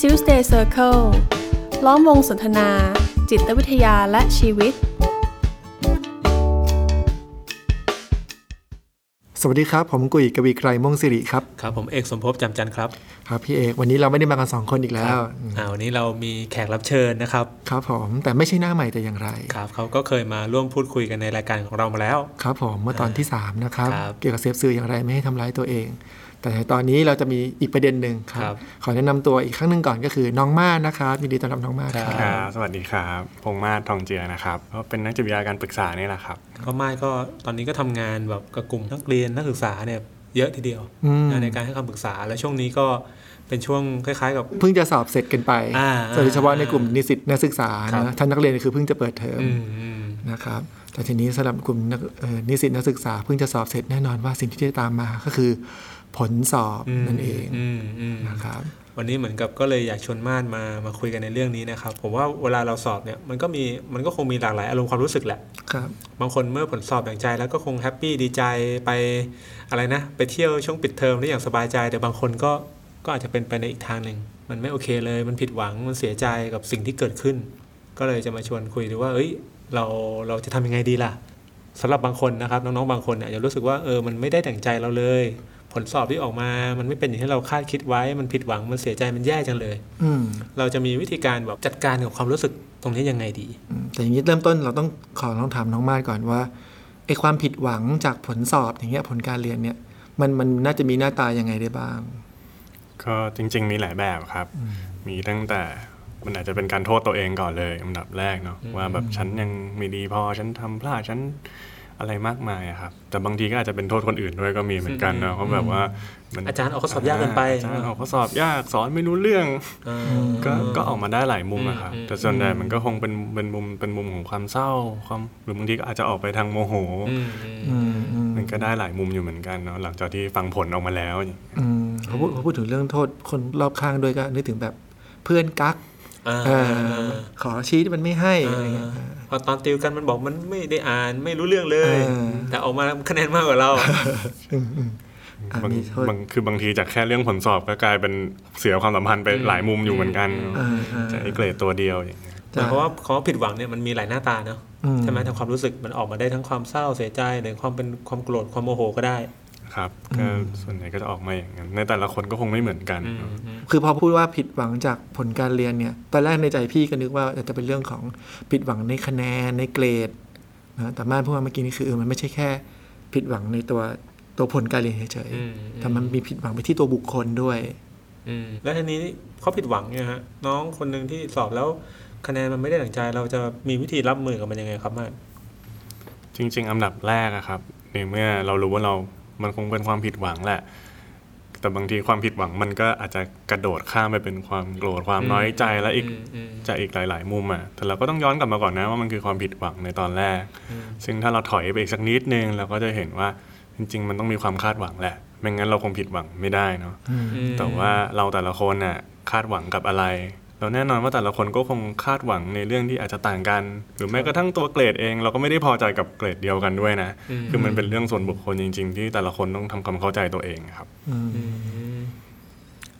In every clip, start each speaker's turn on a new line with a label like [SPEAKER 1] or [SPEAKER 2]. [SPEAKER 1] Tuesday Circle ล้อมวงสนทนา จิตวิทยาและชีวิต
[SPEAKER 2] สวัสดีครับ ผมกุยกวีไกรม่วงสิริครับ
[SPEAKER 3] ครับผมเอกสมภพจำจันทร์ครับ
[SPEAKER 2] ครับพี่เอกวันนี้เราไม่ได้มากันสองคนอีกแล้วอืม
[SPEAKER 3] อ่าวันนี้เรามีแขกรับเชิญนะครับ
[SPEAKER 2] ครับผมแต่ไม่ใช่หน้าใหม่แต่อย่างไร
[SPEAKER 3] ครับเขาก็เคยมาร่วมพูดคุยกันในรายการของเรามาแล้ว
[SPEAKER 2] ครับผมเมื่อตอนที่ 3 นะครับ
[SPEAKER 3] ครับ
[SPEAKER 2] เกี่ยวกับเซฟซื้ออย่างไรไม่ให้ทำร้ายตัวเอง แต่ในตอนนี้เราจะมีอีกประเด็นหนึ่งครั
[SPEAKER 3] ครับ บ
[SPEAKER 2] ขอแนะนำตัวอีกครั้งหนึ่งก่อนก็คือน้องมาศนะครับยินดีต้อนรับน้องมาศครับ
[SPEAKER 4] ครับ สวัสดีครับ พงษ์มาศทองเจือนะครับ ก็เป็นนักจิตวิทยาการปรึกษานี่แหละครับ
[SPEAKER 3] ก็ไม่ก็ตอนนี้ก็ทำงานแบบกับกลุ่มนักเรียนนักศึกษาเนี่ยเยอะทีเดียว
[SPEAKER 2] อืม
[SPEAKER 3] นะในการให้คำปรึกษาและช่วงนี้ก็เป็นช่วงคล้ายๆกับ
[SPEAKER 2] เพิ่งจะสอบเสร็จกันไป
[SPEAKER 3] อ่า
[SPEAKER 2] โดยเฉพาะในกลุ่มนิสิตนักศึกษา
[SPEAKER 3] ครับ
[SPEAKER 2] นะท่านนักเรียนคือเพิ่งจะเปิดเทอม
[SPEAKER 3] อืมอืม
[SPEAKER 2] นะครับแต่ทีนี้สำหรับกลุ่มนักเอ่อนิสิตนักศึกษาเพิ่งจะสอบเสร็จแน่นอนว่าสิ่งที่จะตามมาก็คือ ผลสอบ
[SPEAKER 3] อืม
[SPEAKER 2] นั่นเอง
[SPEAKER 3] อืมอืม
[SPEAKER 2] นะครับ
[SPEAKER 3] วันนี้เหมือนกับก็เลยอยากชวนมาดมามาคุยกันในเรื่องนี้นะครับผมว่าเวลาเราสอบเนี่ยมันก็มีมันก็คงมีหลากหลายอารมณ์ความรู้สึกแหละ
[SPEAKER 2] ครับ
[SPEAKER 3] บางคนเมื่อผลสอบอย่างใจแล้วก็คงแฮปปี้ดีใจไปอะไรนะ ไปเที่ยวช่วงปิดเทอมได้อย่างสบายใจ แต่บางคนก็ก็อาจจะเป็นไปในอีกทางหนึ่ง มันไม่โอเคเลย มันผิดหวังมันเสียใจกับสิ่งที่เกิดขึ้น ก็เลยจะมาชวนคุยดูว่า เอ้ย เราเราจะทำยังไงดีล่ะสำหรับบางคนนะครับ น้องๆบางคนเนี่ยอาจจะรู้สึกว่าเออมันไม่ได้ดั่งใจเราเลย ผลสอบที่ออกมา มันไม่เป็นอย่างที่เราคาดคิดไว้ มันผิดหวังมันเสียใจมันแย่จังเลย
[SPEAKER 2] อืม
[SPEAKER 3] เราจะมีวิธีการแบบจัดการกับความรู้สึกตรงนี้ยังไงดี
[SPEAKER 2] อืมแต่อย่างนี้เริ่มต้นเราต้องขอลองถามน้องมาดก่อนว่าไอ้ความผิดหวังจากผลสอบอย่างเงี้ยผลการเรียนเนี่ยมันมันน่าจะมีหน้าตายังไงได้บ้าง
[SPEAKER 4] ก็จริง ๆ มีหลายแบบครับ มีตั้งแต่มันอาจจะเป็นการโทษตัวเองก่อนเลยอันดับแรกเนาะว่าแบบฉันยังไม่ดีพอฉันทำพลาดฉันอะไรมากมายอะครับ แต่บางทีก็อาจจะเป็นโทษคนอื่นด้วยก็มีเหมือนกันเนาะเพราะแบบว่ามัน
[SPEAKER 3] อาจารย์ออกข้อสอบยากเกินไป
[SPEAKER 4] อาจารย์ออกข้อสอบยากสอนไม่รู้เรื่อง
[SPEAKER 3] อ่า
[SPEAKER 4] ก็ก็ออกมาได้หลายมุมนะครับ
[SPEAKER 3] อืม
[SPEAKER 4] แต่ส่วนใหญ่มันก็คงเป็นเป็นมุมเป็นมุมของความเศร้าความหรือบางทีก็อาจจะออกไปทางโมโห
[SPEAKER 3] อืมอืม
[SPEAKER 2] อืมอืม
[SPEAKER 4] มันก็ได้หลายมุมอยู่เหมือนกันเนาะหลังจากที่ฟังผลออกมาแล้วอย่าง
[SPEAKER 2] อืมเขาพูดเขาพูดถึงเรื่องโทษคนรอบข้างด้วยก็นึกถึงแบบเพื่อนกัก
[SPEAKER 3] อา
[SPEAKER 2] เออขอชี้ที่มันไม่ให้อะไรเงี้ย
[SPEAKER 3] พอตอนติวกันมันบอกมันไม่ได้อ่านไม่รู้เรื่องเลย
[SPEAKER 2] อ่า
[SPEAKER 3] แต่ออกมาคะแนนมากกว่าเรา
[SPEAKER 2] อืมอืมอ่ะ
[SPEAKER 4] บาง
[SPEAKER 2] มีโทษ
[SPEAKER 4] บางคือบางทีจากแค่เรื่องผลสอบก็กลายเป็นเสียความสัมพันธ์ไปหลายมุมอยู่เหมือนกัน
[SPEAKER 2] เออเออ
[SPEAKER 4] จะไอ้เกรดตัวเดียวอย่างเงี้ย
[SPEAKER 3] หมายความว่าคำว่าผิดหวังเนี่ยมันมีหลายหน้าตาเนาะ
[SPEAKER 2] อื
[SPEAKER 3] ใช่ไหมทางความรู้สึกมันออกมาได้ทั้งความเศร้าเสียใจหรือความเป็นความโกรธความโมโหก็ได้
[SPEAKER 4] ครับก็ส่วนใหญ่ก็จะออกมาอย่างนั้นในแต่ละคนก็คงไม่เหมือนกันเนอะ
[SPEAKER 2] คือพอพูดว่าผิดหวังจากผลการเรียนเนี่ย ตอนแรกในใจพี่ก็นึกว่าจะเป็นเรื่องของผิดหวังในคะแนนในเกรดนะแต่มาพูดมาเมื่อกี้นี่คือเออมันไม่ใช่แค่ ผิดหวังในตัวตัวผลการเรียนเฉย
[SPEAKER 3] อืม
[SPEAKER 2] ๆแต่มันมีผิดหวังไปที่ตัวบุคคลด้วย
[SPEAKER 3] อืมแล้วทีนี้เขาผิดหวังเนี่ยฮะน้องคนหนึ่งที่สอบแล้วคะแนนมันไม่ได้ดั่งใจ เราจะมีวิธีรับมือกับมันยังไงครับมาด
[SPEAKER 4] จริง ๆอันดับแรกอะครับในเมื่อเรารู้ว่าเรา มันคงเป็นความผิดหวังแหละ แต่บางทีความผิดหวังมันก็อาจจะกระโดดข้ามไปเป็นความโกรธความน้อยใจและอีก
[SPEAKER 3] มอืม
[SPEAKER 4] จากอีกหลาย ๆ มุมอ่ะ แต่เราก็ต้องย้อนกลับมาก่อนนะว่ามันคือความผิดหวังในตอนแรก
[SPEAKER 3] อืม
[SPEAKER 4] ซึ่งถ้าเราถอยไปอีกสักนิดนึงเราก็จะเห็นว่าจริง ๆ มันต้องมีความคาดหวังแหละ ไม่งั้นเราคงผิดหวังไม่ได้เนาะ
[SPEAKER 3] อืม
[SPEAKER 4] แต่ว่าเราแต่ละคนน่ะคาดหวังกับอะไร เราแน่นอนว่าแต่ละคนก็คงคาดหวังในเรื่องที่อาจจะต่างกัน หรือแม้กระทั่งตัวเกรดเอง เราก็ไม่ได้พอใจกับเกรดเดียวกันด้วยนะ
[SPEAKER 3] อืม
[SPEAKER 4] คือมันเป็นเรื่องส่วนบุคคลจริง ๆ ที่แต่ละคนต้องทำความเข้าใจตัวเองครับ
[SPEAKER 2] อืม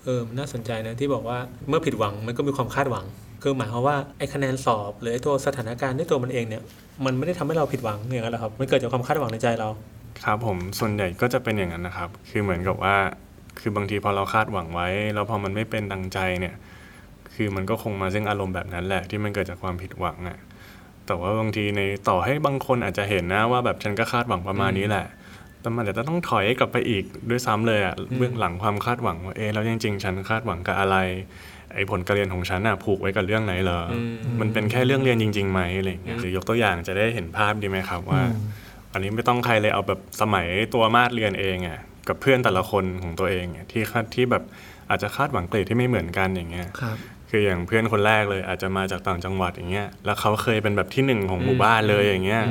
[SPEAKER 3] เออมันน่าสนใจนะที่บอกว่าเมื่อผิดหวังมันก็มีความคาดหวัง คือหมายความว่าไอ้คะแนนสอบหรือไอ้ตัวสถานการณ์ด้วยตัวมันเองเนี่ย มันไม่ได้ทำให้เราผิดหวังอย่างนั้นหรอครับ มันเกิดจากความคาดหวังในใจเรา
[SPEAKER 4] ครับผมส่วนใหญ่ก็จะเป็นอย่างนั้นนะครับ คือเหมือนกับว่า คือบางทีพอเราคาดหวังไว้ แล้วพอมันไม่เป็นดังใจเนี่ย คือมันก็คงมาซึ่งอารมณ์แบบนั้นแหละที่มันเกิดจากความผิดหวังอะ่ะแต่ว่าบางทีในต่อให้บางคนอาจจะเห็นนะว่าแบบฉันก็คาดหวังประมาณนี้แหละ แต่มันอาจจะต้องถอยกลับไปอีกด้วยซ้ำเลยอะ่ะเบื้องหลังความคาดหวังว่าเอ๊ะแล้วจริงๆฉันคาดหวังกับอะไร ไอ้ผลการเรียนของฉันน่ะผูกไว้กับเรื่องไหนเหรออ
[SPEAKER 3] ม
[SPEAKER 4] มันเป็นแค่เรื่องเรียนจริงๆไหมอะไรอย่างเงี้ยหรือยกตัวอย่างจะได้เห็นภาพดีไหมครับว่า อันนี้ไม่ต้องใครเลยเอาแบบสมัยตัวมาดเรียนเองอะ่ะกับเพื่อนแต่ละคนของตัวเองอะที่คาดที่แบบอาจจะคาดหวังเกรดที่ไม่เหมือนกันอย่างเงี้ย
[SPEAKER 2] ครับ
[SPEAKER 4] คืออย่างเพื่อนคนแรกเลยอาจจะมาจากต่างจังหวัดอย่างเงี้ยแล้วเขาเคยเป็นแบบที่หนึ่งของหมู่บ้านเลยอย่างเงี้ย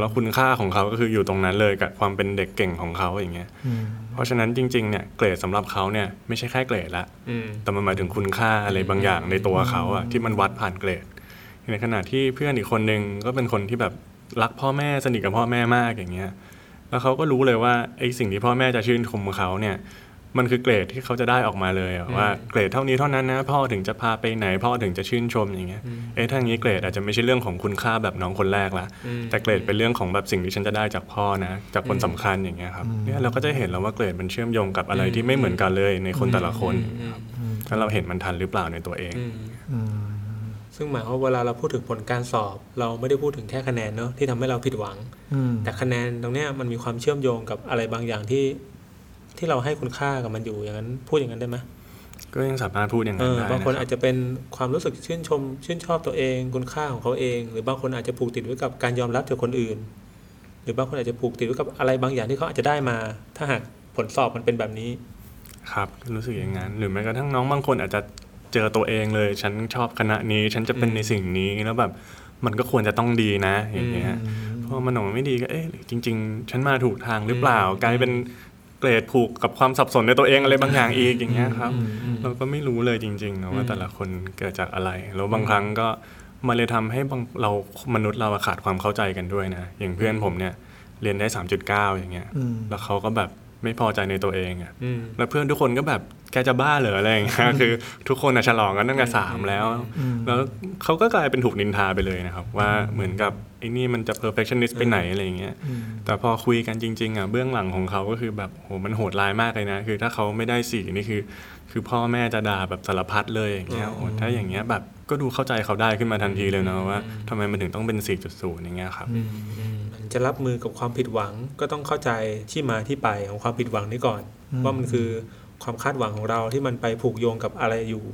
[SPEAKER 4] แล้วคุณค่าของเขาก็คืออยู่ตรงนั้นเลยกับความเป็นเด็กเก่งของเขาอย่างเงี้ย
[SPEAKER 2] อืม
[SPEAKER 4] เพราะฉะนั้นจริงๆเนี่ยเกรดสำหรับเขาเนี่ยไม่ใช่แค่เกรดละ
[SPEAKER 3] อืม
[SPEAKER 4] แต่มันหมายถึงคุณค่าอะไรบางอย่างในตัวเขาอะที่มันวัดผ่านเกรด ในขณะที่เพื่อนอีกคนนึงก็เป็นคนที่แบบรักพ่อแม่สนิทกับพ่อแม่มากอย่างเงี้ย แล้วเขาก็รู้เลยว่าไอ้สิ่งที่พ่อแม่จะชื่นชมเขาเนี่ย มันคือเกรดที่เขาจะได้ออกมาเลยอะ
[SPEAKER 3] อืม
[SPEAKER 4] ว่าเกรดเท่านี้เท่านั้นนะพ่อถึงจะพาไปไหนพ่อถึงจะชื่นชมอย่างเงี้ย
[SPEAKER 3] อืม
[SPEAKER 4] เอ๊ะถ้าอย่างนี้เกรดอาจจะไม่ใช่เรื่องของคุณค่าแบบน้องคนแรกละ
[SPEAKER 3] อืม
[SPEAKER 4] แต่เกรดเป็นเรื่องของแบบสิ่งที่ฉันจะได้จากพ่อนะ จากคน
[SPEAKER 3] อืม
[SPEAKER 4] สำคัญอย่างเงี้ยครับ
[SPEAKER 2] อืม
[SPEAKER 4] เนี่ยเราก็จะเห็นแล้วว่าเกรดมันเชื่อมโยงกับอะไร
[SPEAKER 3] อืม
[SPEAKER 4] ที่ไม่เหมือนกันเลยในคนแต่ละคน
[SPEAKER 3] อืม
[SPEAKER 2] อืม
[SPEAKER 4] ถ้าเราเห็นมันทันหรือเปล่าในตัวเอง
[SPEAKER 3] อืม
[SPEAKER 2] อืม
[SPEAKER 3] ซึ่งหมายความว่าเวลาเราพูดถึงผลการสอบ เราไม่ได้พูดถึงแค่คะแนนเนอะที่ทำให้เราผิดหวัง
[SPEAKER 2] อืม
[SPEAKER 3] แต่คะแนนตรงเนี้ยมันมีความเชื่อมโยงกับอะไรบางอย่างที่ ที่เราให้คุณค่ากับมันอยู่อย่างนั้นพูดอย่างนั้นได้ไหม
[SPEAKER 4] ก็ยังสามารถพูดอย่าง
[SPEAKER 3] เอ
[SPEAKER 4] นั้น
[SPEAKER 3] อ
[SPEAKER 4] ได้
[SPEAKER 3] บางคนอาจ
[SPEAKER 4] นะครับ
[SPEAKER 3] จะเป็นความรู้สึกชื่นชม ชื่นชอบตัวเอง คุณค่าของเขาเอง หรือบางคนอาจจะผูกติดไว้กับการยอมรับจากคนอื่น หรือบางคนอาจจะผูกติดไว้กับอะไรบางอย่างที่เขาอาจจะได้มา ถ้าหากผลสอบมันเป็นแบบนี้
[SPEAKER 4] ครับรู้สึกอย่างนั้นหรือแม้กระทั่งน้องบางคนอาจจะเจอตัวเองเลย ฉันชอบคณะนี้ฉันจะเป็น
[SPEAKER 3] อืม
[SPEAKER 4] ในสิ่งนี้แล้วแบบมันก็ควรจะต้องดีนะอย่างเงี้ยพอมันออกมาไม่ดีก็เอ๊ะหรือจริง ๆ ฉันมาถูกทางหรือเปล่ากลายเป็นเกรดผูกกับความสับสนในตัวเองอะไรบางอย่างอีกอย่างเงี้ยครับ เราก็ไม่รู้เลยจริงๆนะว่า
[SPEAKER 3] อืม
[SPEAKER 4] แต่ละคนเกิดจากอะไรแล้วบางครั้งก็มันเลยทำให้บางเรามนุษย์เราอะขาดความเข้าใจกันด้วยนะอย่างเพื่อนผมเนี่ยเรียนได้ 3.9 อย่างเงี้ย
[SPEAKER 2] อืม
[SPEAKER 4] แล้วเขาก็แบบไม่พอใจในตัวเองอะ
[SPEAKER 3] อืม
[SPEAKER 4] แล้วเพื่อนทุกคนก็แบบแกจะบ้าเหรออะไรอย่างเงี้ยคือทุกคนอะฉลองกันตั้งแต่สามแล้ว
[SPEAKER 2] อืม
[SPEAKER 4] แล้วเขาก็กลายเป็นถูกนินทาไปเลยนะครับ ว่าเหมือนกับไอ้นี่มันจะ perfectionist ไปไหนอะไรอย่างเงี้ย แต่พอคุยกันจริง ๆอ่ะเบื้องหลังของเขาก็คือแบบโหมันโหดร้ายมากเลยนะ คือถ้าเขาไม่ได้สี่นี่คือ คือพ่อแม่จะด่าแบบสารพัดเลยอย่างเงี้ย
[SPEAKER 3] อ๋อ
[SPEAKER 4] โหถ้าอย่างเงี้ยแบบก็ดูเข้าใจเขาได้ขึ้นมาทันทีเลยเนาะว่าทำไมมันถึงต้องเป็น 4.0 อย่างเงี้ยครับ
[SPEAKER 3] มันจะรับมือกับความผิดหวังก็ต้องเข้าใจที่มาที่ไปของความผิดหวังนี้ก่อน
[SPEAKER 2] อืม
[SPEAKER 3] ว่ามันคือความคาดหวังของเราที่มันไปผูกโยงกับอะไรอยู่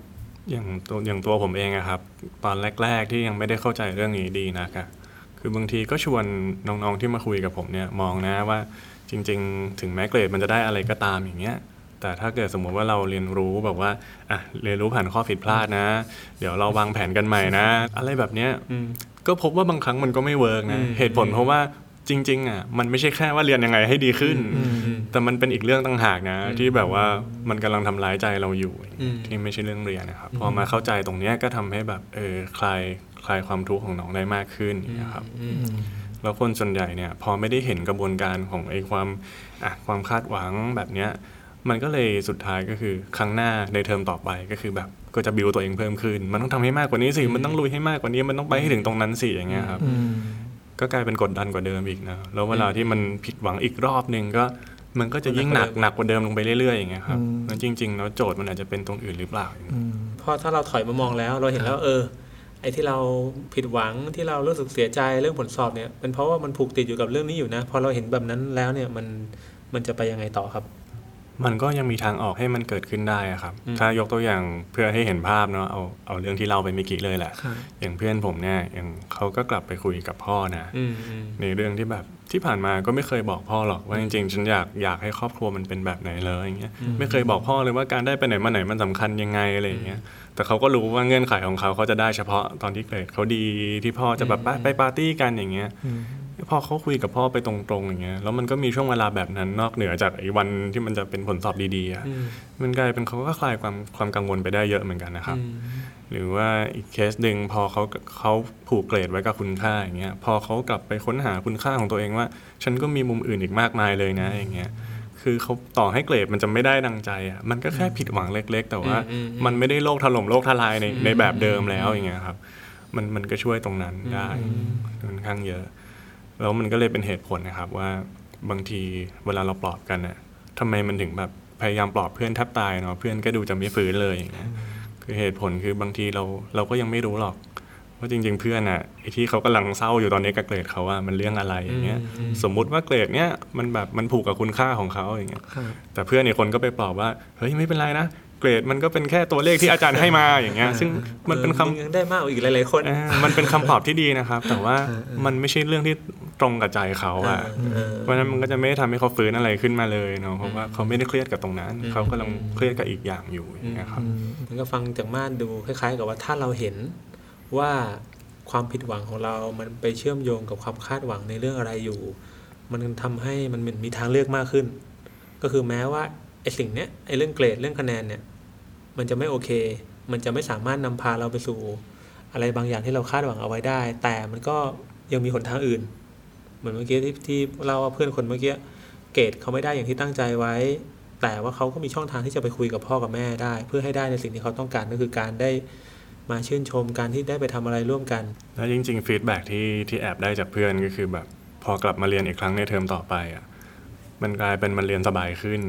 [SPEAKER 4] อย่างตัวอย่างตัวผมเองอะครับ ตอนแรก ๆ ที่ยังไม่ได้เข้าใจเรื่องนี้ดีนักอะคือบางทีก็ชวนน้องๆที่มาคุยกับผมเนี่ยมองนะว่าจริง ๆ ถึงแม้เกรดมันจะได้อะไรก็ตามอย่างเงี้ย แต่ถ้าเกิดสมมติว่าเราเรียนรู้แบบว่าอ่ะเรียนรู้ผ่านข้อผิดพลาดนะ เดี๋ยวเราวางแผนกันใหม่นะ อะไรแบบเนี้ยก็พบว่าบางครั้งมันก็ไม่เวิร์กนะ
[SPEAKER 3] อืม
[SPEAKER 4] เหตุผลเพราะว่าจริงๆอะมันไม่ใช่แค่ว่าเรียนยังไงให้ดีขึ้น แต่มันเป็นอีกเรื่องต่างหากนะ
[SPEAKER 3] อืม
[SPEAKER 4] ที่แบบว่ามันกำลังทำร้ายใจเราอยู่
[SPEAKER 3] อืม
[SPEAKER 4] ที่ไม่ใช่เรื่องเรียนนะครับ พอมาเข้าใจตรงเนี้ยก็ทำให้แบบเออคลายคลายความทุกข์ของน้องได้มากขึ้นอย่างเงี้ยครับ
[SPEAKER 3] อืม
[SPEAKER 4] แล้วคนส่วนใหญ่เนี่ยพอไม่ได้เห็นกระบวนการของไอ้ความอ่ะความคาดหวังแบบเนี้ยมันก็เลยสุดท้ายก็คือครั้งหน้าในเทอมต่อไปก็คือแบบก็จะบิวตัวเองเพิ่มขึ้น มันต้องทำให้มากกว่านี้สิมันต้องลุยให้มากกว่านี้มันต้องไปให้ถึงตรงนั้นสิอย่างเงี้ยครับ
[SPEAKER 2] อืม
[SPEAKER 4] ก็กลายเป็นกดดันกว่าเดิมอีกนะ แล้วเวลาที่มันผิดหวังอีกรอบหนึ่งก็ มันก็จะยิ่งหนักหนักกว่าเดิมลงไปเรื่อยๆอย่างเงี้ยครับ
[SPEAKER 2] อืม
[SPEAKER 4] นั้นจริงๆแล้วโจทย์มันอาจจะเป็นตรงอื่นหรือเปล่า
[SPEAKER 2] อืม
[SPEAKER 3] เพราะถ้าเราถอยมามองแล้วเราเห็นแล้วเออ ไอ้ที่เราผิดหวังที่เรารู้สึกเสียใจเรื่องผลสอบเนี่ยเป็นเพราะว่ามันผูกติดอยู่กับเรื่องนี้อยู่นะพอเราเห็นแบบนั้นแล้วเนี่ยมันมันจะไปยังไงต่อครับ
[SPEAKER 4] มันก็ยังมีทางออกให้มันเกิดขึ้นได้อะครับ
[SPEAKER 3] อืม
[SPEAKER 4] ถ้ายกตัวอย่างเพื่อให้เห็นภาพเนาะ เอาเอาเรื่องที่เราไปเมื่อกี้เลยแหละ
[SPEAKER 2] ครับ
[SPEAKER 4] อย่างเพื่อนผมเนี่ยอย่างเขาก็กลับไปคุยกับพ่อนะ
[SPEAKER 3] อืมอืม
[SPEAKER 4] ในเรื่องที่แบบที่ผ่านมาก็ไม่เคยบอกพ่อหรอกว่าจริงๆ ฉันอยากอยากให้ครอบครัวมันเป็นแบบไหนเลยอย่างเงี้ยไม่เคยบอกพ่อเลยว่าการได้ไปไหนมาไหนมันสำคัญยังไงอะไรอย่างเงี้ยแต่เขาก็รู้ว่าเงื่อนไขของเขาเขาจะได้เฉพาะตอนที่เกรดเขาดีที่พ่อจะแบบไปไปปาร์ตี้กันอย่างเงี้ยพอเขาคุยกับพ่อไปตรงๆอย่างเงี้ยแล้วมันก็มีช่วงเวลาแบบนั้นนอกเหนือจากไอ้วันที่มันจะเป็นผลสอบดีๆอะ
[SPEAKER 3] อืม
[SPEAKER 4] มันกลายเป็นเขาก็คลายความความกังวลไปได้เยอะเหมือนกันนะครับ
[SPEAKER 3] อืม
[SPEAKER 4] หรือว่าอีกเคสหนึ่งพอเขาเขาผูกเกรดไว้กับคุณค่าอย่างเงี้ยพอเขากลับไปค้นหาคุณค่าของตัวเองว่า ฉันก็มีมุมอื่นอีกมากมายเลยนะอย่างเงี้ยคือเขาต่อให้เกรดมันจะไม่ได้ดังใจอ่ะมันก็แค่ผิดหวังเล็ก ๆ แต่ว่า
[SPEAKER 3] อืมอืม
[SPEAKER 4] มันไม่ได้โลกถล่มโลกทลายในในแบบเดิมแล้วอย่างเงี้ยครับมันมันก็ช่วยตรงนั้นได้ค่อนข้างเยอะ แล้วมันก็เลยเป็นเหตุผลนะครับว่าบางทีเวลาเราปลอบกันน่ะทำไมมันถึงแบบพยายามปลอบเพื่อนแทบตายเนาะเพื่อนก็ดูจะไม่ฟื้นเลยอย่างเงี้ยคือเหตุผลคือบางทีเราเราก็ยังไม่รู้หรอกว่าจริง ๆ เพื่อนอ่ะไอ้ที่เขากำลังเศร้าอยู่ตอนนี้กับเกรดเขาว่ามันเรื่องอะไรอย่างเงี้ยสมมุติว่าเกรดเนี้ยมันแบบมันผูกกับคุณค่าของเขาอย่างเงี้ย
[SPEAKER 2] ครับ
[SPEAKER 4] แต่เพื่อนอีกคนก็ไปปลอบว่าเฮ้ยไม่เป็นไรนะเกรดมันก็เป็นแค่ตัวเลขที่อาจารย์ให้มาอย่างเงี้ยซึ่งมันเป็นคำ
[SPEAKER 3] ออยังได้มากกว่าอีกหลายๆคน
[SPEAKER 4] เออมันเป็นคำตอบที่ดีนะครับ แต่ว่ามันไม่ใช่เรื่องที่ตรงกับใจเขาอะ
[SPEAKER 3] เออ
[SPEAKER 4] เพราะฉะนั้นมันก็จะไม่ได้ทำให้เขาฟื้นอะไรขึ้นมาเลยเนาะเพราะว่าเขาไม่ได้เครียดกับตรงนั้น เขากำลังเครียดกับอีกอย่างอยู่อย่างเงี้ยครับ
[SPEAKER 3] มันก็ฟังจากม่านดูคล้ายๆ กับว่าถ้าเราเห็นว่าความผิดหวังของเรา มันไปเชื่อมโยงกับความคาดหวังในเรื่องอะไรอยู่ มันทำให้มันเหมือนมีทางเลือกมากขึ้น ก็คือแม้ว่าไอ้สิ่งเนี้ยไอ้เรื่องเกรดเรื่องคะแนนเนี่ย มันจะไม่โอเค มันจะไม่สามารถนำพาเราไปสู่ อะไรบางอย่างที่เราคาดหวังเอาไว้ได้ แต่มันก็ยังมีหนทางอื่น เหมือนเมื่อกี้ที่ที่เล่าว่าเพื่อนคนเมื่อกี้เกรดเขาไม่ได้อย่างที่ตั้งใจไว้ แต่ว่าเขาก็มีช่องทางที่จะไปคุยกับพ่อกับแม่ได้ เพื่อให้ได้ในสิ่งที่เขาต้องการก็คือการได้มาชื่นชมการที่ได้ไปทำอะไรร่วมกัน
[SPEAKER 4] แล้วจริงๆฟีดแบ็กที่ที่แอบได้จากเพื่อนก็คือแบบพอกลับมาเรียนอีกครั้งในเทอมต่อไปอ่ะมันกลายเป็นมันเรียนสบายขึ้น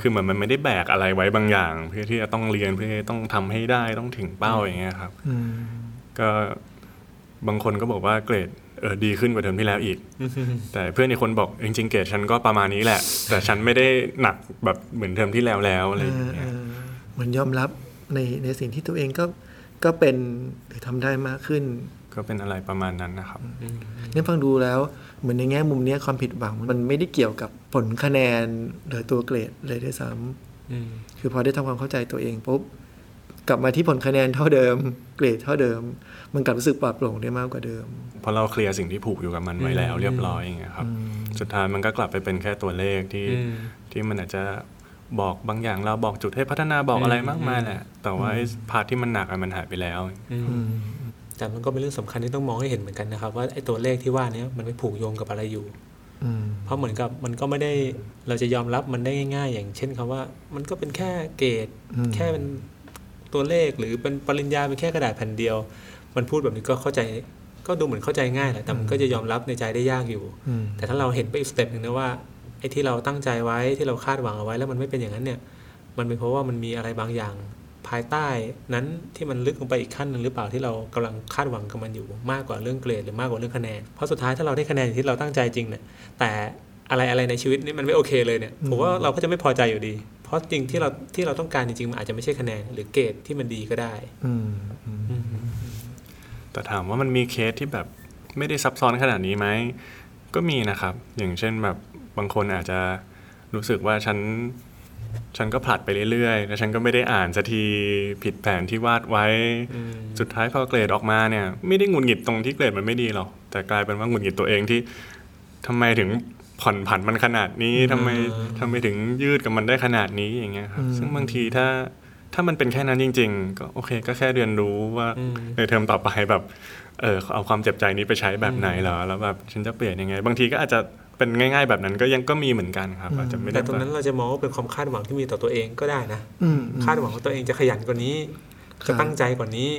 [SPEAKER 4] คือเหมือนมันไม่ได้แบกอะไรไว้บางอย่าง เพื่อที่จะต้องเรียนเพื่อที่จะต้องทำให้ได้ต้องถึงเป้าอย่างเงี้ยครับ
[SPEAKER 2] อืม
[SPEAKER 4] ก็บางคนก็บอกว่าเกรดเออดีขึ้นกว่าเทอมที่แล้ว อีก แต่เพื่อนอีกคนบอกจริงๆเกรดฉันก็ประมาณนี้แหละ แต่ฉันไม่ได้หนักแบบเหมือนเทอมที่แล้วแล้วอะไรอย่างเงี้ย
[SPEAKER 2] เออเหมือนยอมรับในในสิ่งที่ตัวเองก็ก็เป็นหรือทำได้มากขึ้น
[SPEAKER 4] ก็เป็นอะไรประมาณนั้นนะครับ
[SPEAKER 2] เนี่ยฟังดูแล้วเหมือนในแง่มุมเนี้ยความผิดหวังมันไม่ได้เกี่ยวกับผลคะแนนหรือตัวเกรดเลยด้วยซ้ำคือพอได้ทำความเข้าใจตัวเองปุ๊บกลับมาที่ผลคะแนนเท่าเดิม เกรดเท่าเดิม มันกลับรู้สึกปลอดโปร่งได้มากกว่าเดิม
[SPEAKER 4] เพราะเราเคลียร์สิ่งที่ผูกอยู่กับมันไว้แล้ว
[SPEAKER 3] อืม
[SPEAKER 4] เรียบร้อยอย่างเงี้ยครับ สุดท้ายมันก็กลับไปเป็นแค่ตัวเลขที่ที่มันอาจจะบอกบางอย่างเราบอกจุดให้พัฒนาบอกอะไรมากมายแหละ แต่ว่าไอ้พาร์ทที่มันหนักอะมันหายไปแล้ว
[SPEAKER 2] อืม
[SPEAKER 3] แต่มันก็เป็นเรื่องสำคัญที่ต้องมองให้เห็นเหมือนกันนะครับ ว่าไอ้ตัวเลขที่ว่าเนี้ยมันไปผูกโยงกับอะไรอยู่
[SPEAKER 2] อืม
[SPEAKER 3] เพราะเหมือนกับมันก็ไม่ได้เราจะยอมรับมันได้ง่าย ๆ อย่างเช่นคำว่า มันก็เป็นแค่เกรด
[SPEAKER 2] อืม
[SPEAKER 3] แค่เป็นตัวเลขหรือเป็นปริญญาเป็นแค่กระดาษแผ่นเดียว มันพูดแบบนี้ก็เข้าใจก็ดูเหมือนเข้าใจง่ายแหละแต่มันก็จะยอมรับในใจได้ยากอยู่
[SPEAKER 2] อืม
[SPEAKER 3] แต่ถ้าเราเห็นไปอีกสเต็ปหนึ่งนะว่าไอ้ที่เราตั้งใจไว้ที่เราคาดหวังเอาไว้แล้วมันไม่เป็นอย่างนั้นเนี่ย มันเป็นเพราะว่ามันมีอะไรบางอย่าง ภายใต้นั้นที่มันลึกลงไปอีกขั้นหนึ่งหรือเปล่าที่เรากำลังคาดหวังกับมันอยู่มากกว่าเรื่องเกรดหรือมากกว่าเรื่องคะแนนเพราะสุดท้ายถ้าเราได้คะแนนอย่างที่เราตั้งใจจริงเนี่ยแต่อะไรอะไรในชีวิตนี่มันไม่โอเคเลยเนี่ยผมว่าเราก็จะไม่พอใจอยู่ดี เพราะจริงที่เราที่เราต้องการจริงๆมันอาจจะไม่ใช่คะแนนหรือเกรดที่มันดีก็ได้
[SPEAKER 2] อืมอืม
[SPEAKER 4] แต่ถามว่ามันมีเคสที่แบบไม่ได้ซับซ้อนขนาดนี้ไหม ก็มีนะครับ อย่างเช่นแบบบางคนอาจจะรู้สึกว่าฉัน ฉันก็ผลัดไปเรื่อยๆ แล้วฉันก็ไม่ได้อ่านสักทีผิดแผนที่วาดไว้ สุดท้ายพอเกรดออกมาเนี่ย ไม่ได้หงุดหงิดตรงที่เกรดมันไม่ดีหรอก แต่กลายเป็นว่าหงุดหงิดตัวเองที่ทำไมถึงผ่อนผันมันขนาดนี้ทำไม
[SPEAKER 3] อืม
[SPEAKER 4] ทำไมถึงยืดกับมันได้ขนาดนี้อย่างเงี้ยครับ ซึ่งบางทีถ้าถ้ามันเป็นแค่นั้นจริง ๆ ก็โอเค ก็แค่เรียนรู้ว่า ในเทอมต่อไปแบบ เออเอาความเจ็บใจนี้ไปใช้แบบไหนเหรอ แล้วแบบฉันจะเปลี่ยนยังไง บางทีก็อาจจะเป็นง่าย ๆ แบบนั้นก็ยังก็มีเหมือนกันครับ อาจจะไม่ได้
[SPEAKER 3] แต่ตรงนั้นเราจะมองว่าเป็นความคาดหวังที่มีต่อตัวเองก็ได้นะ
[SPEAKER 2] อืม
[SPEAKER 3] คาดหวังว่าตัวเองจะขยันกว่านี้
[SPEAKER 2] ครับ
[SPEAKER 3] จะตั้งใจกว่านี้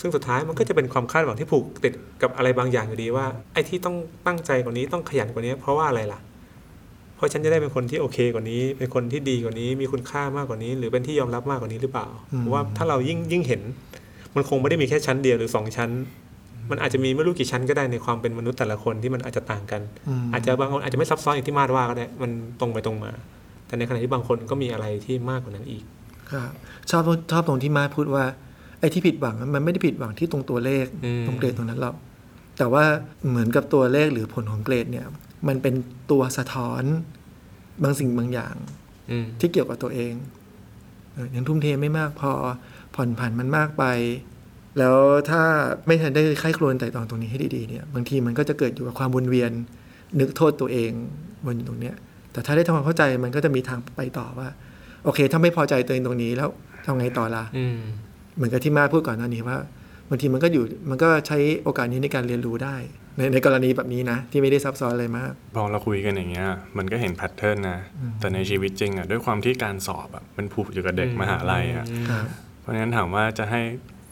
[SPEAKER 3] ซึ่งสุดท้ายมันก็จะเป็นความคาดหวังที่ผูกติดกับอะไรบางอย่างอยู่ดีว่า ไอ้ที่ต้องตั้งใจกว่านี้ต้องขยันกว่านี้ เพราะว่าอะไรล่ะ เพราะฉันจะได้เป็นคนที่โอเคกว่านี้ เป็นคนที่ดีกว่านี้ มีคุณค่ามากกว่านี้ หรือเป็นที่ยอมรับมากกว่านี้หรือเปล่าเพราะว่าถ้าเรายิ่งยิ่งเห็น มันคงไม่ได้มีแค่ชั้นเดียวหรือสองชั้น มันอาจจะมีไม่รู้กี่ชั้นก็ได้ในความเป็นมนุษย์แต่ละคนที่มันอาจจะต่างกัน
[SPEAKER 2] อืม
[SPEAKER 3] อาจจะบางคนอาจจะไม่ซับซ้อนอย่างที่มาดว่าก็ได้ มันตรงไปตรงมา แต่ในขณะที่บางคนก็มีอะไรที่มากกว่านั้นอีก
[SPEAKER 2] ครับชอบชอบตรงที่มาพูดว่าไอ้ที่ผิดหวังมันไม่ได้ผิดหวังที่ตรงตัวเลข
[SPEAKER 3] อืม
[SPEAKER 2] ตรงเกรดตรงนั้นหรอกแต่ว่าเหมือนกับตัวเลขหรือผลของเกรดเนี่ย มันเป็นตัวสะท้อนบางสิ่งบางอย่าง
[SPEAKER 3] อืม
[SPEAKER 2] ที่เกี่ยวกับตัวเองเออยังทุ่มเทไม่มากพอผ่อนผันมันมากไป แล้วถ้าไม่ทันได้ไข้ครวญไต่ตรองตรงนี้ให้ดีๆเนี่ย บางทีมันก็จะเกิดอยู่กับความวนเวียน นึกโทษตัวเองวนอยู่ตรงเนี้ย แต่ถ้าได้ทำความเข้าใจมันก็จะมีทางไปต่อว่า โอเค ถ้าไม่พอใจตัวเองตรงนี้แล้วทำไงต่อละ
[SPEAKER 3] อืม
[SPEAKER 2] เหมือนกับที่มาพูดก่อนหน้านี้ว่าบางทีมันก็อยู่มันก็ใช้โอกาสนี้ในการเรียนรู้ได้ ในในกรณีแบบนี้นะ ที่ไม่ได้ซับซ้อนอะไรมาก
[SPEAKER 4] พอเราคุยกันอย่างเงี้ย มันก็เห็นแพทเทิร์นนะ แต่ในชีวิตจริงอ่ะด้วยความที่การสอบอ่ะมันผูกอยู่กับเด็ก
[SPEAKER 3] อืม
[SPEAKER 4] มหาลัยอ่ะ
[SPEAKER 2] ครับ
[SPEAKER 4] เพราะฉะนั้นถามว่าจะให้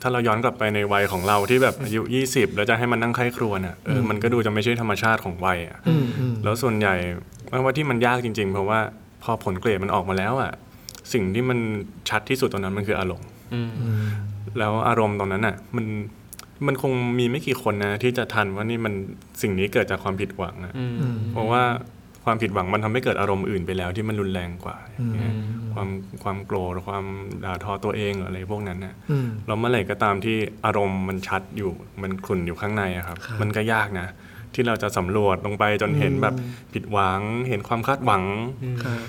[SPEAKER 4] ถ้าเราย้อนกลับไปในวัยของเราที่แบบอายุ 20 แล้วจะให้มันนั่งไข้ครวญอ่ะเออมันก็ดูจะไม่ใช่ธรรมชาติของวัยอ่ะ
[SPEAKER 2] อืมอืม
[SPEAKER 4] แล้วส่วนใหญ่ว่าที่มันยากจริง ๆ เพราะว่าพอผลเกรดมันออกมาแล้วอ่ะสิ่งที่มันชัดที่สุดตอนนั้นมันคืออารมณ์
[SPEAKER 3] อืม
[SPEAKER 2] อืม
[SPEAKER 4] แล้วอารมณ์ตอนนั้นน่ะมันมันคงมีไม่กี่คนนะที่จะทันว่านี่มันสิ่งนี้เกิดจากความผิดหวังอะ
[SPEAKER 3] อืม
[SPEAKER 4] เพราะว่าความผิดหวังมันทำให้เกิดอารมณ์อื่นไปแล้วที่มันรุนแรงกว่าอย่างเงี้ยความความโกรธความด่าทอตัวเองหรืออะไรพวกนั้นน่ะ
[SPEAKER 2] อืม
[SPEAKER 4] แล้วเมื่อไหร่ก็ตามที่อารมณ์มันชัดอยู่มันขุ่นอยู่ข้างในอะครับ
[SPEAKER 2] ครับ
[SPEAKER 4] มันก็ยากนะ ที่เราจะสำรวจลงไปจนเห็น
[SPEAKER 2] อืม
[SPEAKER 4] แบบผิดหวัง เห็นความคาดหวัง
[SPEAKER 2] ครับ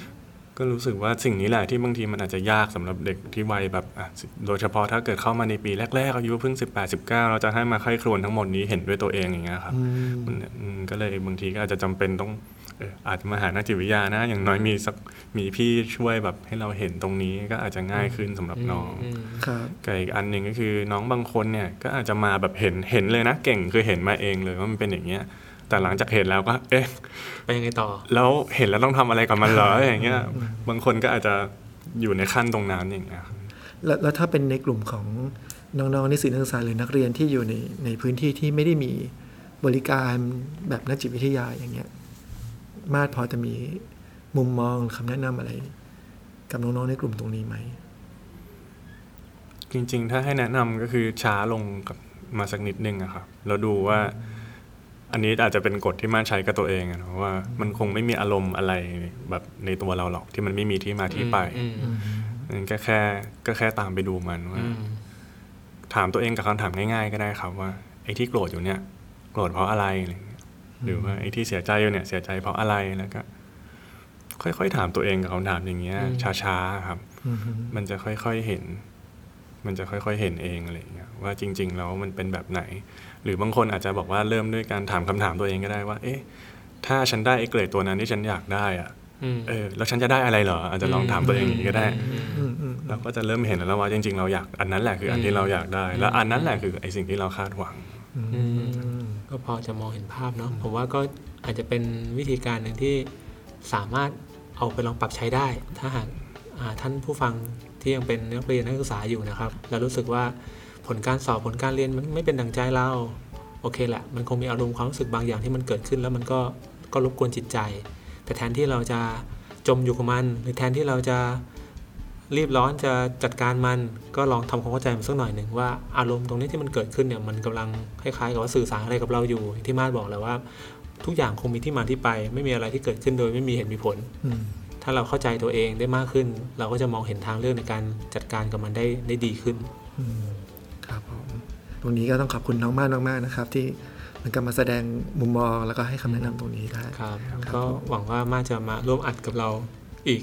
[SPEAKER 4] ก็รู้สึกว่าสิ่งนี้แหละที่บางทีมันอาจจะยากสำหรับเด็กที่วัยแบบอ่ะโดยเฉพาะถ้าเกิดเข้ามาในปีแรกๆอายุเพิ่ง 18 19 เราจะให้มาไข้ครวญทั้งหมดนี้เห็นด้วยตัวเองอย่างเงี้ยครับมันอืมก็เลยบางทีก็อาจจะจำเป็นต้องเอออาจจะมาหานักจิตวิทยานะอย่างน้อยมีสักมีพี่ช่วยแบบให้เราเห็นตรงนี้ก็อาจจะง่ายขึ้นสำหรับน้อง
[SPEAKER 2] ครับ
[SPEAKER 4] กับอีกอันหนึ่งก็คือน้องบางคนเนี่ยก็อาจจะมาแบบเห็นเห็นเลยนะเก่งคือเห็นมาเองเลยว่ามันเป็นอย่างเงี้ย แต่หลังจากเห็นแล้วก็ เอ๊ะ
[SPEAKER 3] ไปยังไงต่อ
[SPEAKER 4] แล้วเห็นแล้วต้องทำอะไรกับมันเห รออย่างเงี้ย บางคนก็อาจจะอยู่ในขั้นตรงนั้นอย่างเงี้ยครับ
[SPEAKER 2] แล้วแล้วถ้าเป็นในกลุ่มของน้องๆนิสิตนักศึกษาหรือนักเรียนที่อยู่ในในพื้นที่ที่ไม่ได้มีบริการแบบนักจิตวิทยาอย่างเงี้ย มาดพอจะมีมุมมองคำแนะนำอะไร กับน้องๆในกลุ่มตรงนี้ไหม
[SPEAKER 4] จริง ๆ ถ้าให้แนะนำก็คือช้าลงกับมาสักนิดนึงอะครับแล้วดูว่า อันนี้อาจจะเป็นกฎที่มาใช้กับตัวเองอะเนอะว่ามันคงไม่มีอารมณ์อะไรแบบในตัวเราหรอกที่มันไม่มีที่มาที่ไป
[SPEAKER 3] อืม
[SPEAKER 4] งั้นก็แค่ก็แค่ตามไปดูมันว่า
[SPEAKER 3] อืม
[SPEAKER 4] ถามตัวเองกับคำถามง่ายๆก็ได้ครับว่าไอ้ที่โกรธอยู่เนี่ย โกรธเพราะอะไรอะไรเงี้ยหรือว่าไอ้ที่เสียใจอยู่เนี่ยเสียใจเพราะอะไรแล้วก็ ค่อยๆถามตัวเองกับคำถามอย่างเงี้ย ช้าๆครับ
[SPEAKER 2] อือฮึ
[SPEAKER 4] มันจะค่อยๆเห็น มันจะค่อยๆเห็นเองอะไรเงี้ยว่าจริง ๆ แล้วมันเป็นแบบไหน หรือบางคนอาจจะบอกว่าเริ่มด้วยการถามคำถามตัวเองก็ได้ว่า เอ๊ะ ถ้าฉันได้ไอ้เกรดตัวนั้นที่ฉันอยากได้อะ
[SPEAKER 3] อืม
[SPEAKER 4] เออแล้วฉันจะได้อะไรเหรออาจจะลองถามตัวเองอย่างนี้ก็ได้
[SPEAKER 2] อืมอืม
[SPEAKER 4] เราก็จะเริ่มเห็นแล้วว่าจริง ๆ เราอยากอันนั้นแหละคืออันที่เราอยากได้ แล้วอันนั้นแหละคือไอ้สิ่งที่เราคาดหวัง
[SPEAKER 3] อืมก็พอจะมองเห็นภาพเนาะผมว่าก็อาจจะเป็นวิธีการหนึ่งที่สามารถเอาไปลองปรับใช้ได้ ถ้าหากอ่าท่านผู้ฟังที่ยังเป็นนักเรียนนักศึกษาอยู่นะครับ แล้วรู้สึกว่าผลการสอบผลการเรียนมันไม่เป็นดังใจเราโอเคแหละ มันคงมีอารมณ์ความรู้สึกบางอย่างที่มันเกิดขึ้น แล้วมันก็ก็รบกวนจิตใจ แต่แทนที่เราจะจมอยู่กับมัน หรือแทนที่เราจะ รีบร้อนจะจัดการมันก็ลองทำความเข้าใจมันสักหน่อยหนึ่งว่าอารมณ์ตรงนี้ที่มันเกิดขึ้นเนี่ยมันกำลังคล้ายๆกับว่าสื่อสารอะไรกับเราอยู่อย่างที่มาดบอกแหล้วว่า ทุกอย่างคงมีที่มาที่ไป ไม่มีอะไรที่เกิดขึ้นโดยไม่มีเหตุมีผล
[SPEAKER 2] อืม
[SPEAKER 3] ถ้าเราเข้าใจตัวเองได้มากขึ้น เราก็จะมองเห็นทางเลือกในการจัดการกับมันได้ได้ดีขึ้น
[SPEAKER 2] อืมครับผมตรงนี้ก็ต้องขอบคุณน้องมากมากๆนะครับ ที่มันกลับมาแสดงมุมมองแล้วก็ให้คำแนะนำตรงนี้ได้
[SPEAKER 3] ครับ ก็หวังว่ามาดจะมาร่วมอัดกับเราอีก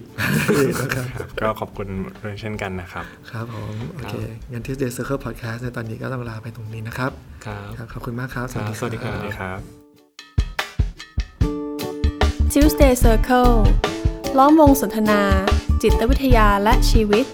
[SPEAKER 2] ครับ
[SPEAKER 4] ครับก็ขอบคุณด้วยเช่นกันนะครับ
[SPEAKER 2] ครับผม โอเค
[SPEAKER 3] ครับ
[SPEAKER 2] งั้น Tuesday Circle Podcast ในตอนนี้ก็ต้องลาไปตรงนี้นะครับ
[SPEAKER 3] ครับ
[SPEAKER 2] ครับ ขอบคุณมากครับ
[SPEAKER 3] ครับสวัสดีค
[SPEAKER 4] ส
[SPEAKER 3] รับ
[SPEAKER 4] วัสดีครับ
[SPEAKER 1] Tuesday Circle ล้อมวงสนทนา จิตวิทยาและชีวิต